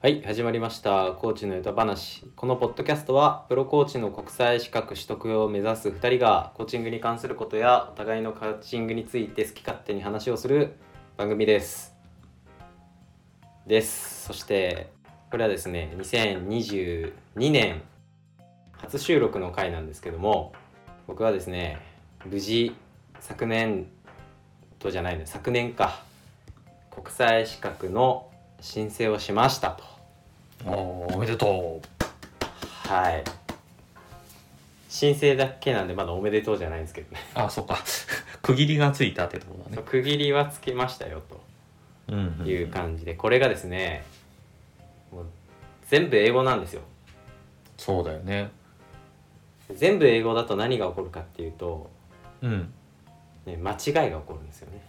はい、始まりました。コーチの歌話。このポッドキャストは、プロコーチの国際資格取得を目指す2人が、コーチングに関することや、お互いのコーチングについて好き勝手に話をする番組です。です。そして、これはですね、2022年初収録の回なんですけども、僕はですね、無事、昨年とじゃないね、昨年か、国際資格の申請をしましたと。おーおめでとうはい申請だけなんでまだおめでとうじゃないんですけどねあそうか 区切りがついたってところだね区切りはつけましたようんとんいう感じでこれがですねもう全部英語なんですよそうだよね全部英語だと何が起こるかっていうと、うんね、間違いが起こるんですよね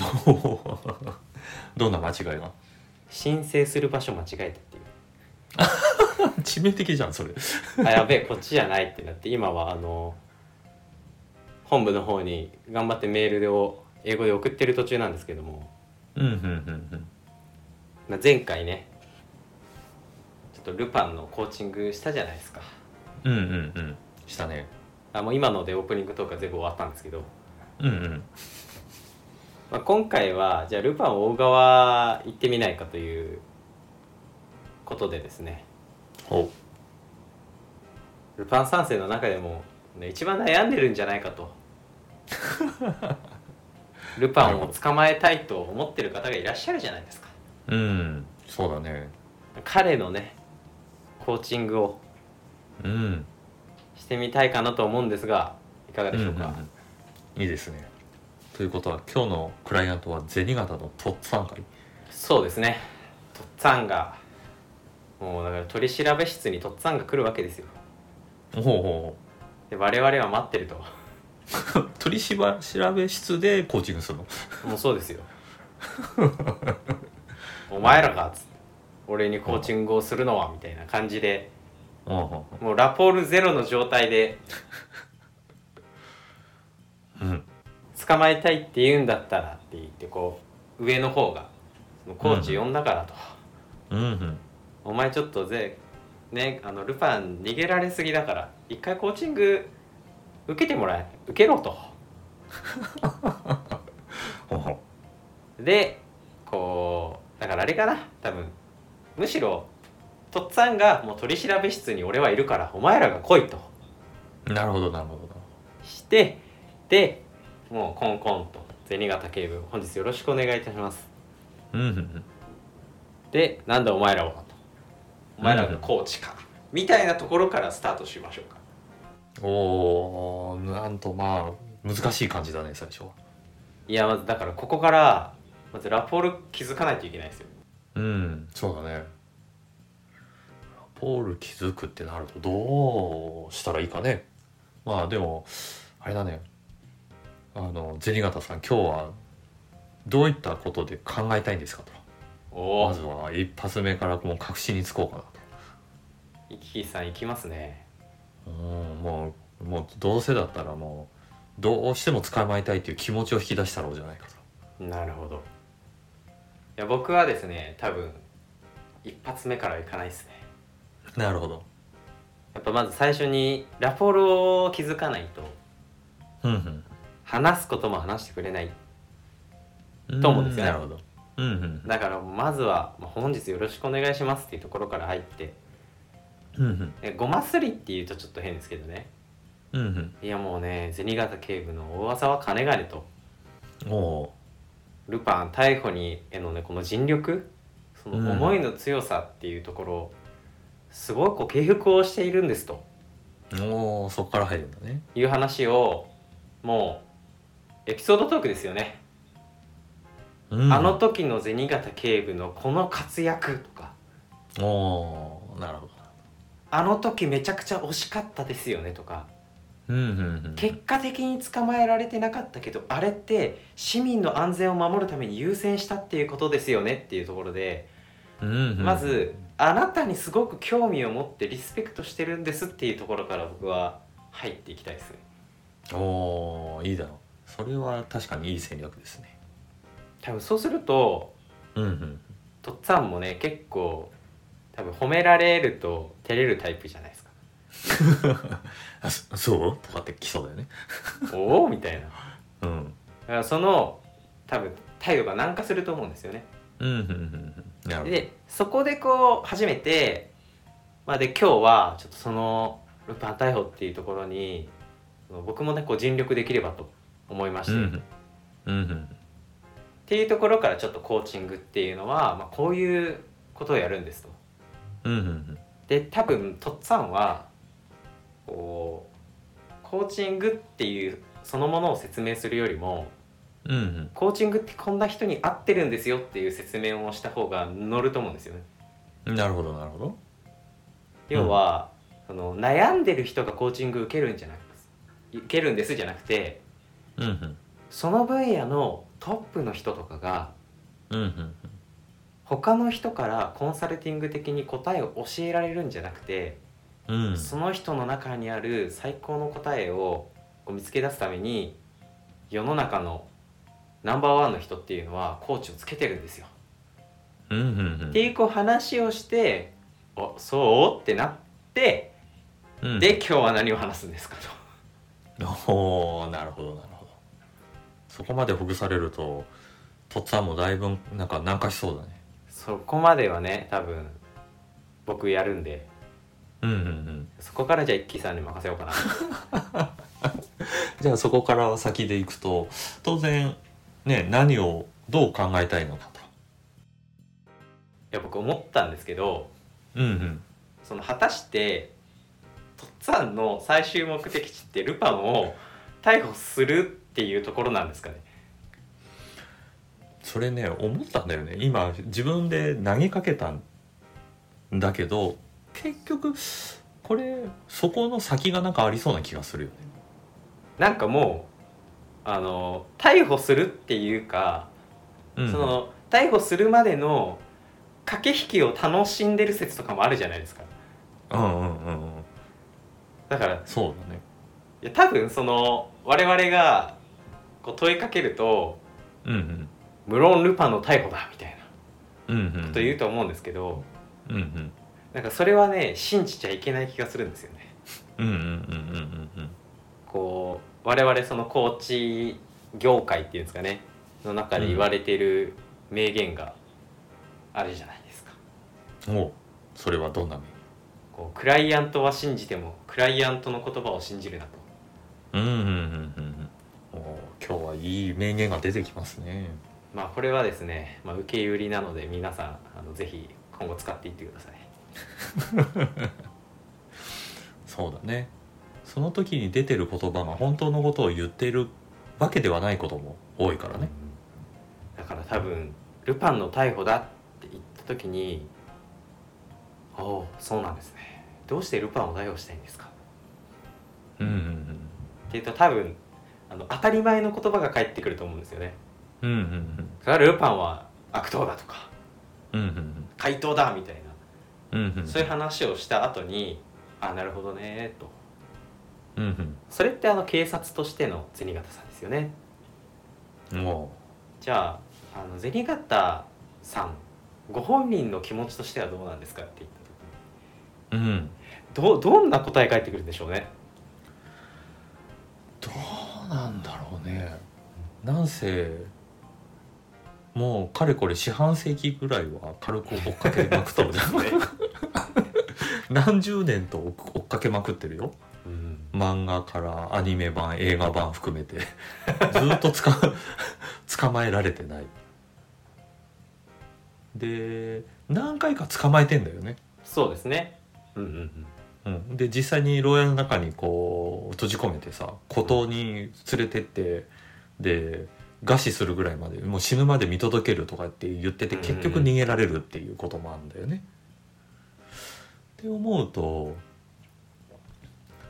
おー どんな間違いが 申請する場所間違えたっていう致命的じゃんそれあや べえこっちじゃないってなって今はあの本部の方に頑張ってメールを英語で送ってる途中なんですけどもうんうんうんまあ、前回ねちょっとルパンのコーチングしたじゃないですかうんうんうんうんしたねあもう今のでオープニングとか全部終わったんですけど、うんうんまあ、今回はじゃあルパンを追う側行ってみないかということでですねほルパン三世の中でも、ね、一番悩んでるんじゃないか とルパンを捕まえたいと思ってる方がいらっしゃるじゃないですかううんそうだね彼のねコーチングをうんしてみたいかなと思うんですがいかがでしょうか、うんうんうんいいですねということは今日のクライアントは銭形のとっつぁん会そうですねとっつぁんがもうだから取り調べ室にとっつぁんが来るわけですよほうほうほで我々は待ってると う 取りしば調べ室でコーチングするのもうそうですよお前らかっつって俺にコーチングをするのはみたいな感じでうもうラポールゼロの状態でんうんうん捕まえたいって言うんだったらって言ってこう上の方がそのコーチ呼んだからと、うんうんお前ちょっとぜねあのルパン逃げられすぎだから一回コーチング受けてもらえ受けろとほうほうでこうだからあれかな多分むしろとっつぁんがもう取り調べ室に俺はいるからお前らが来いとなるほどなるほどしてでもうコンコンと銭形警部本日よろしくお願いいたしますうんうんうんでなんだお前らはとお前らがコーチか、みたいなところからスタートしましょうかおーなんとまあ難しい感じだね最初はいやまずだからここからまずラポール気づかないといけないですようんそうだねラポール気づくってなるとどうしたらいいかねまあでもあれだねあの銭形さん今日はどういったことで考えたいんですかとおまおずは一発目からもう確信につこうかなとイキキさん行きますねうんもうもうどうせだったらもうどうしても捕まえたいという気持ちを引き出したろうじゃないかとなるほどいや僕はですね多分一発目からはいかないですねなるほど。やっぱまず最初にラポールを気づかないとうん話すことも話してくれないうん。と思うんですよねなるほど。うんうん。だからまずは「まあ本日よろしくお願いします」っていうところから入ってうんえごますりっていうとちょっと変ですけどねうん。うんいやもうね銭形警部の大技は金がねとうん。おルパン逮捕にへのねこの尽力その思いの強さっていうところをすごいこう敬服をしているんですとーおーそこから入るんだね。いう話をもうエピソードトークですよね、うんあの時の銭形警部のこの活躍とかおーなるほど。あの時めちゃくちゃ惜しかったですよねとかうんうんうん。結果的に捕まえられてなかったけどあれって市民の安全を守るために優先したっていうことですよねっていうところでうんうん。まずあなたにすごく興味を持ってリスペクトしてるんですっていうところから僕は入っていきたいですねおーいいだろう。それは確かにいい戦略ですね。多分そうするとうんうん。とっつぁんもね結構多分褒められると照れるタイプじゃない ですか あそそうとかって来そうだよねおおみたいなだうんからその多分態度が軟化すると思うんですよねうんうんうんうんなるほどでそこでこう初めて、まあ、で今日はちょっとそのルパン逮捕っていうところにその僕もねこう尽力できればと思いまして、うっんうんうんていうところからちょっとコーチングっていうのは、まあ、こういうことをやるんですと。うんうんうんで多分とっつぁんはこうコーチングっていうそのものを説明するよりもうんうんコーチングってこんな人に合ってるんですよっていう説明をした方が乗ると思うんですよね。うんなるほどなるほど要は、その悩んでる人がコーチング受けるんじゃなくて受けるんですじゃなくてうんうんその分野のトップの人とかがうんうん他の人からコンサルティング的に答えを教えられるんじゃなくて、うんその人の中にある最高の答えをこう見つけ出すために世の中のナンバーワンの人っていうのはコーチをつけてるんですよ。うんうんうんっていうこう話をして「あそう?」ってなってうんで今日は何を話すんですかと。おーなるほどなるほどそこまでほぐされるととっつぁんもだいぶなんか軟化しそうだねそこまではね多分僕やるんでうんうんうんそこからじゃあ一輝さんに任せようかなじゃあそこから先でいくと当然ね何をどう考えたいのかといや僕思ったんですけどうんその果たしてとっつぁんの最終目的地ってルパンを逮捕するっていうところなんですかねそれね思ったんだよね今自分で投げかけたんだけど結局これそこの先がなんかありそうな気がするよねなんかもうあの逮捕するっていうか、うんその逮捕するまでの駆け引きを楽しんでる説とかもあるじゃないですかうんうんうんうんだからそうだねいや多分その我々がこう問いかけるとうん無論ルパンの逮捕だみたいなうんうんうんこと言うと思うんですけど、うんうんなんかそれはね信じちゃいけない気がするんですよね。うんうんうんうんうんこう我々そのコーチ業界っていうんですかねの中で言われてる名言があるじゃないですか。うんおうそれはどんな意味こうクライアントは信じてもクライアントの言葉を信じるなと。うんうんうんうんおう今日はいい名言が出てきますねまあこれはですね、まあ、受け売りなので皆さんあのぜひ今後使っていってください。そうだねその時に出てる言葉が本当のことを言っているわけではないことも多いからねだから多分ルパンの逮捕だって言った時に「おおそうなんですねどうしてルパンを逮捕したいんですか?うんうん」って言うと多分あの当たり前の言葉が返ってくると思うんですよね。うんうんうんそれはルパンは悪党だとかうんうん怪盗だみたいうんうんうんなそういう話をした後に「あなるほどね」と。うんそれってあの警察としての銭形さんですよね。うんおじゃああの銭形さんご本人の気持ちとしてはどうなんですかって言った時にううんどどんな答え返ってくるんでしょう ねどうなんだろうねなんせもうかれこれ四半世紀ぐらいは軽く追っかけまくってる何十年と追っ追っかけまくってるようん漫画からアニメ版映画版含めて ずっとつか 捕まえられてないで何回か捕まえてんだよね、そうですねうんうんうんうん、で実際に牢屋の中にこう閉じ込めてさ孤島に連れてってで餓死するぐらいまでもう死ぬまで見届けるとかって言っててうん結局逃げられるっていうこともあるんだよね。って思うと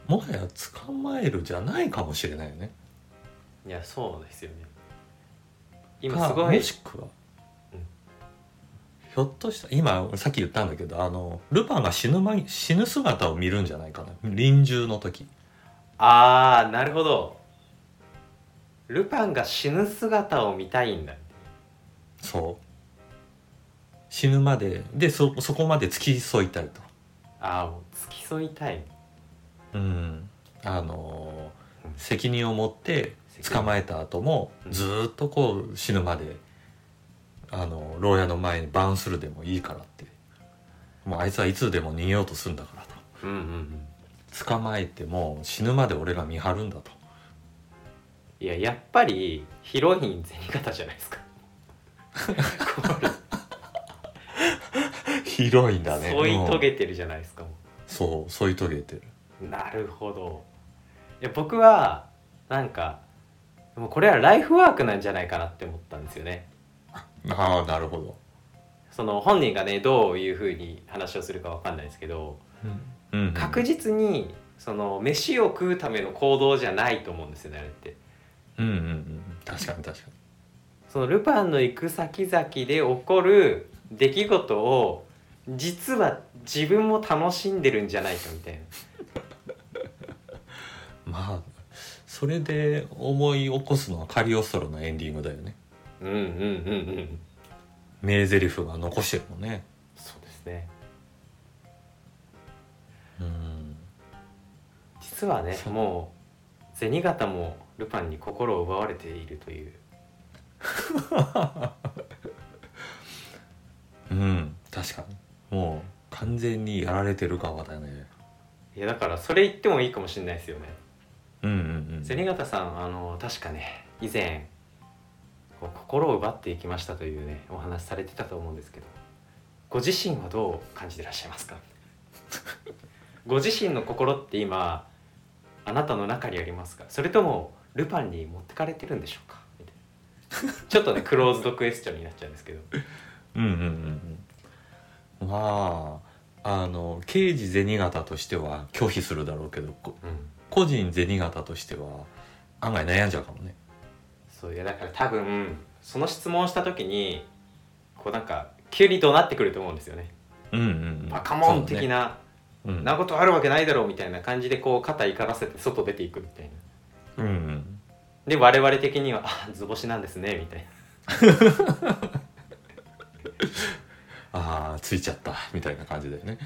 もはや捕まえるじゃないかもしれないよね。いやそうですよねか今すごいもしくは、うんひょっとしたら今さっき言ったんだけどあのルパンが死ぬ間に死ぬ姿を見るんじゃないかな臨終の時。ああなるほどルパンが死ぬ姿を見たいんだそう死ぬまででそそこまで付き添いたいと。ああもう付き添いたいうん、あのーうん責任を持って捕まえた後もうんずーっとこう死ぬまで、あのー牢屋の前にバウンするでもいいからってもうあいつはいつでも逃げようとするんだからうんうんうんと捕まえても死ぬまで俺が見張るんだ といややっぱりヒロイン銭形じゃないですかこれ広いんだね添い遂うんげてるじゃないですか、もそう添い遂げてるうなるほどいや僕はなんかもうこれはライフワークなんじゃないかなって思ったんですよねああなるほどその本人がねどういうふうに話をするかわかんないですけど、うん、うん、確実にその飯を食うための行動じゃないと思うんですよねあれってうんうんうん確かに確かにそのルパンの行く先々で起こる出来事を実は自分も楽しんでるんじゃないかみたいなまあそれで思い起こすのはカリオストロのエンディングだよねうんうんうんうん名台詞は残してるもんねそうですねうん実はねそうもう銭形もルパンに心を奪われているといううん確かにもう完全にやられてる側だねいやだからそれ言ってもいいかもしれないですよねうんうんうん銭形さんあの確かね以前こう心を奪っていきましたというねお話されてたと思うんですけどご自身はどう感じてらっしゃいますか ご自身の心って今あなたの中にありますかそれともルパンに持ってかれてるんでしょうかみたいなちょっとねクローズドクエスチョンになっちゃうんですけどうんうんうんうんまああの刑事銭形としては拒否するだろうけどこうん個人銭形としては案外悩んじゃうかもねそういやだから多分その質問をした時にこうなんか急に怒鳴ってくると思うんですよねうんうんうんバカモン的そうだねな、うんなことあるわけないだろうみたいな感じでこう肩怒らせて外出ていくみたいなうんうんで我々的にはあ図星なんですねみたいなああついちゃったみたいな感じだよね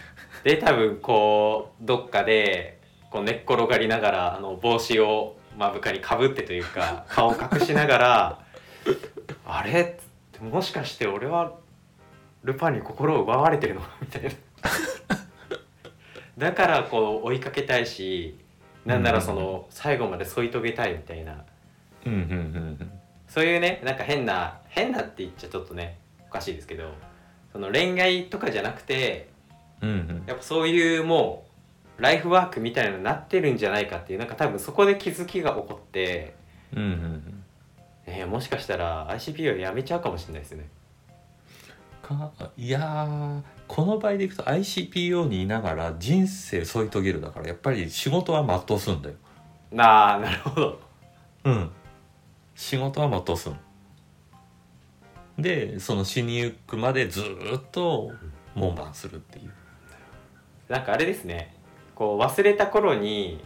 で多分こうどっかでこう寝っ転がりながらあの帽子を目深にかぶってというか 顔を隠しながら「あれ?」ってもしかして俺はルパンに心を奪われてるのかみたいなだからこう追いかけたいしなんならその最後まで添い遂げたいみたいなうんうんうんそういうねなんか変な変なって言っちゃちょっとねおかしいですけどその恋愛とかじゃなくてうんうんうんやっぱそういうもうライフワークみたいなのになってるんじゃないかっていうなんか多分そこで気づきが起こって、うんうんうんえーもしかしたら ICP をやめちゃうかもしれないですね。かいやーこの場合でいくと ICPO にいながら人生添い遂げるだからやっぱり仕事は全うすんだよなあなるほど。うん仕事は全うすんでその死にゆくまでずーっと門番するっていうなんかあれですねこう忘れた頃に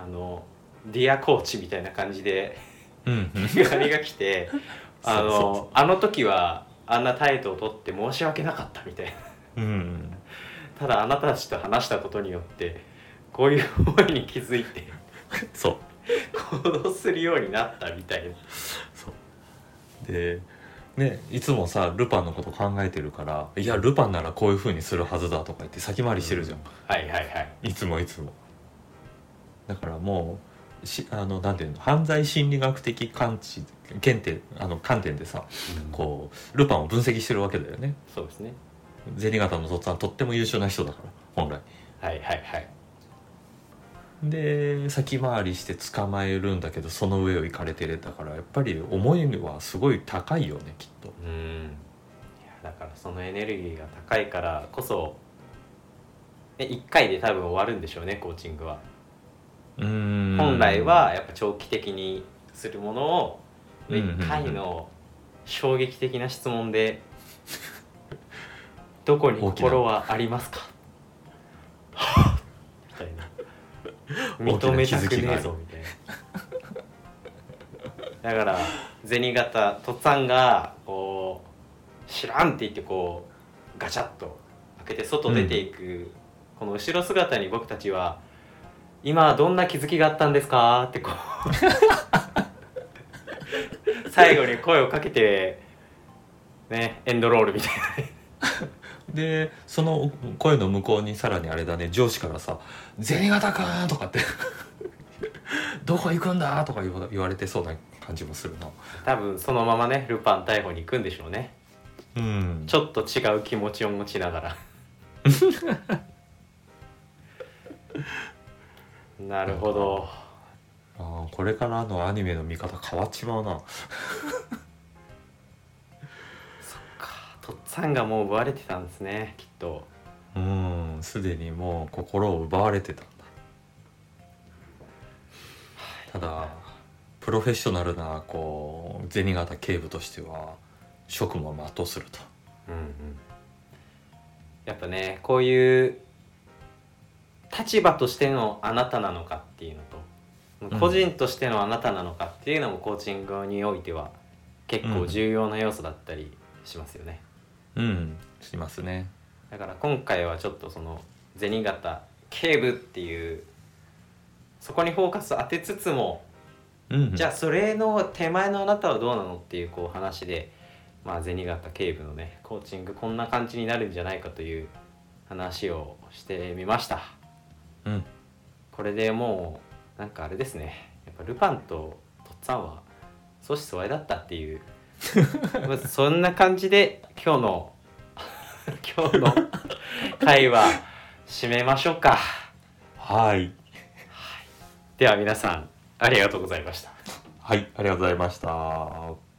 あのディアコーチみたいな感じでうんうん手紙が来てあのそうそうそうあの時はあんな態度をとって申し訳なかったみたいな。うんうんただあなたたちと話したことによってこういう思いに気づいてそう行動するようになったみたいなでねいつもさルパンのこと考えてるから「いやルパンならこういう風にするはずだ」とか言って先回りしてるじゃん、はいはいはいいつもいつもだからもうしあのなんていうの犯罪心理学的観知検定あの観点でさこうルパンを分析してるわけだよねそうですね銭形のとっつぁんとっても優秀な人だから本来はいはいはいで先回りして捕まえるんだけどその上を行かれてるだからやっぱり思いはすごい高いよねきっとうんいやだからそのエネルギーが高いからこそね一回で多分終わるんでしょうねコーチングはうーん本来はやっぱ長期的にするものをうんうんうん1回の衝撃的な質問 で「どこに心はありますか?」みたいな大きな認めたくねえ気づきがあぞみたいなだから銭形とっつぁんがこう「知らん」って言ってこうガチャッと開けて外出ていく、この後ろ姿に僕たちは「今どんな気づきがあったんですか?」ってこう最後に声をかけてねエンドロールみたいなでその声の向こうにさらにあれだね上司からさ「銭形くん!」とかって 「どこ行くんだ?」とか言わ言われてそうな感じもするな多分そのままねルパン逮捕に行くんでしょうねうんちょっと違う気持ちを持ちながらなるほどあーこれからのアニメの見方変わっちまうなとっつぁんがもう奪われてたんですねきっとうんすでにもう心を奪われてたんだただプロフェッショナルなこう銭形警部としては職務を全うするとうんうんやっぱねこういう立場としてのあなたなのかっていうのうとん個人としてのあなたなのかっていうのもコーチングにおいては結構重要な要素だったりしますよね、うんしますねだから今回はちょっとその銭形警部っていうそこにフォーカス当てつつもうんじゃあそれの手前のあなたはどうなのっていうこう話で、まあ、銭形警部のねコーチングこんな感じになるんじゃないかという話をしてみましたうんこれでもうなんかあれですねやっぱルパンととっつぁんは相思相愛だったっていう まあそんな感じで今日の 今 日の会は締めましょうかはいでは皆さんありがとうございましたはいありがとうございました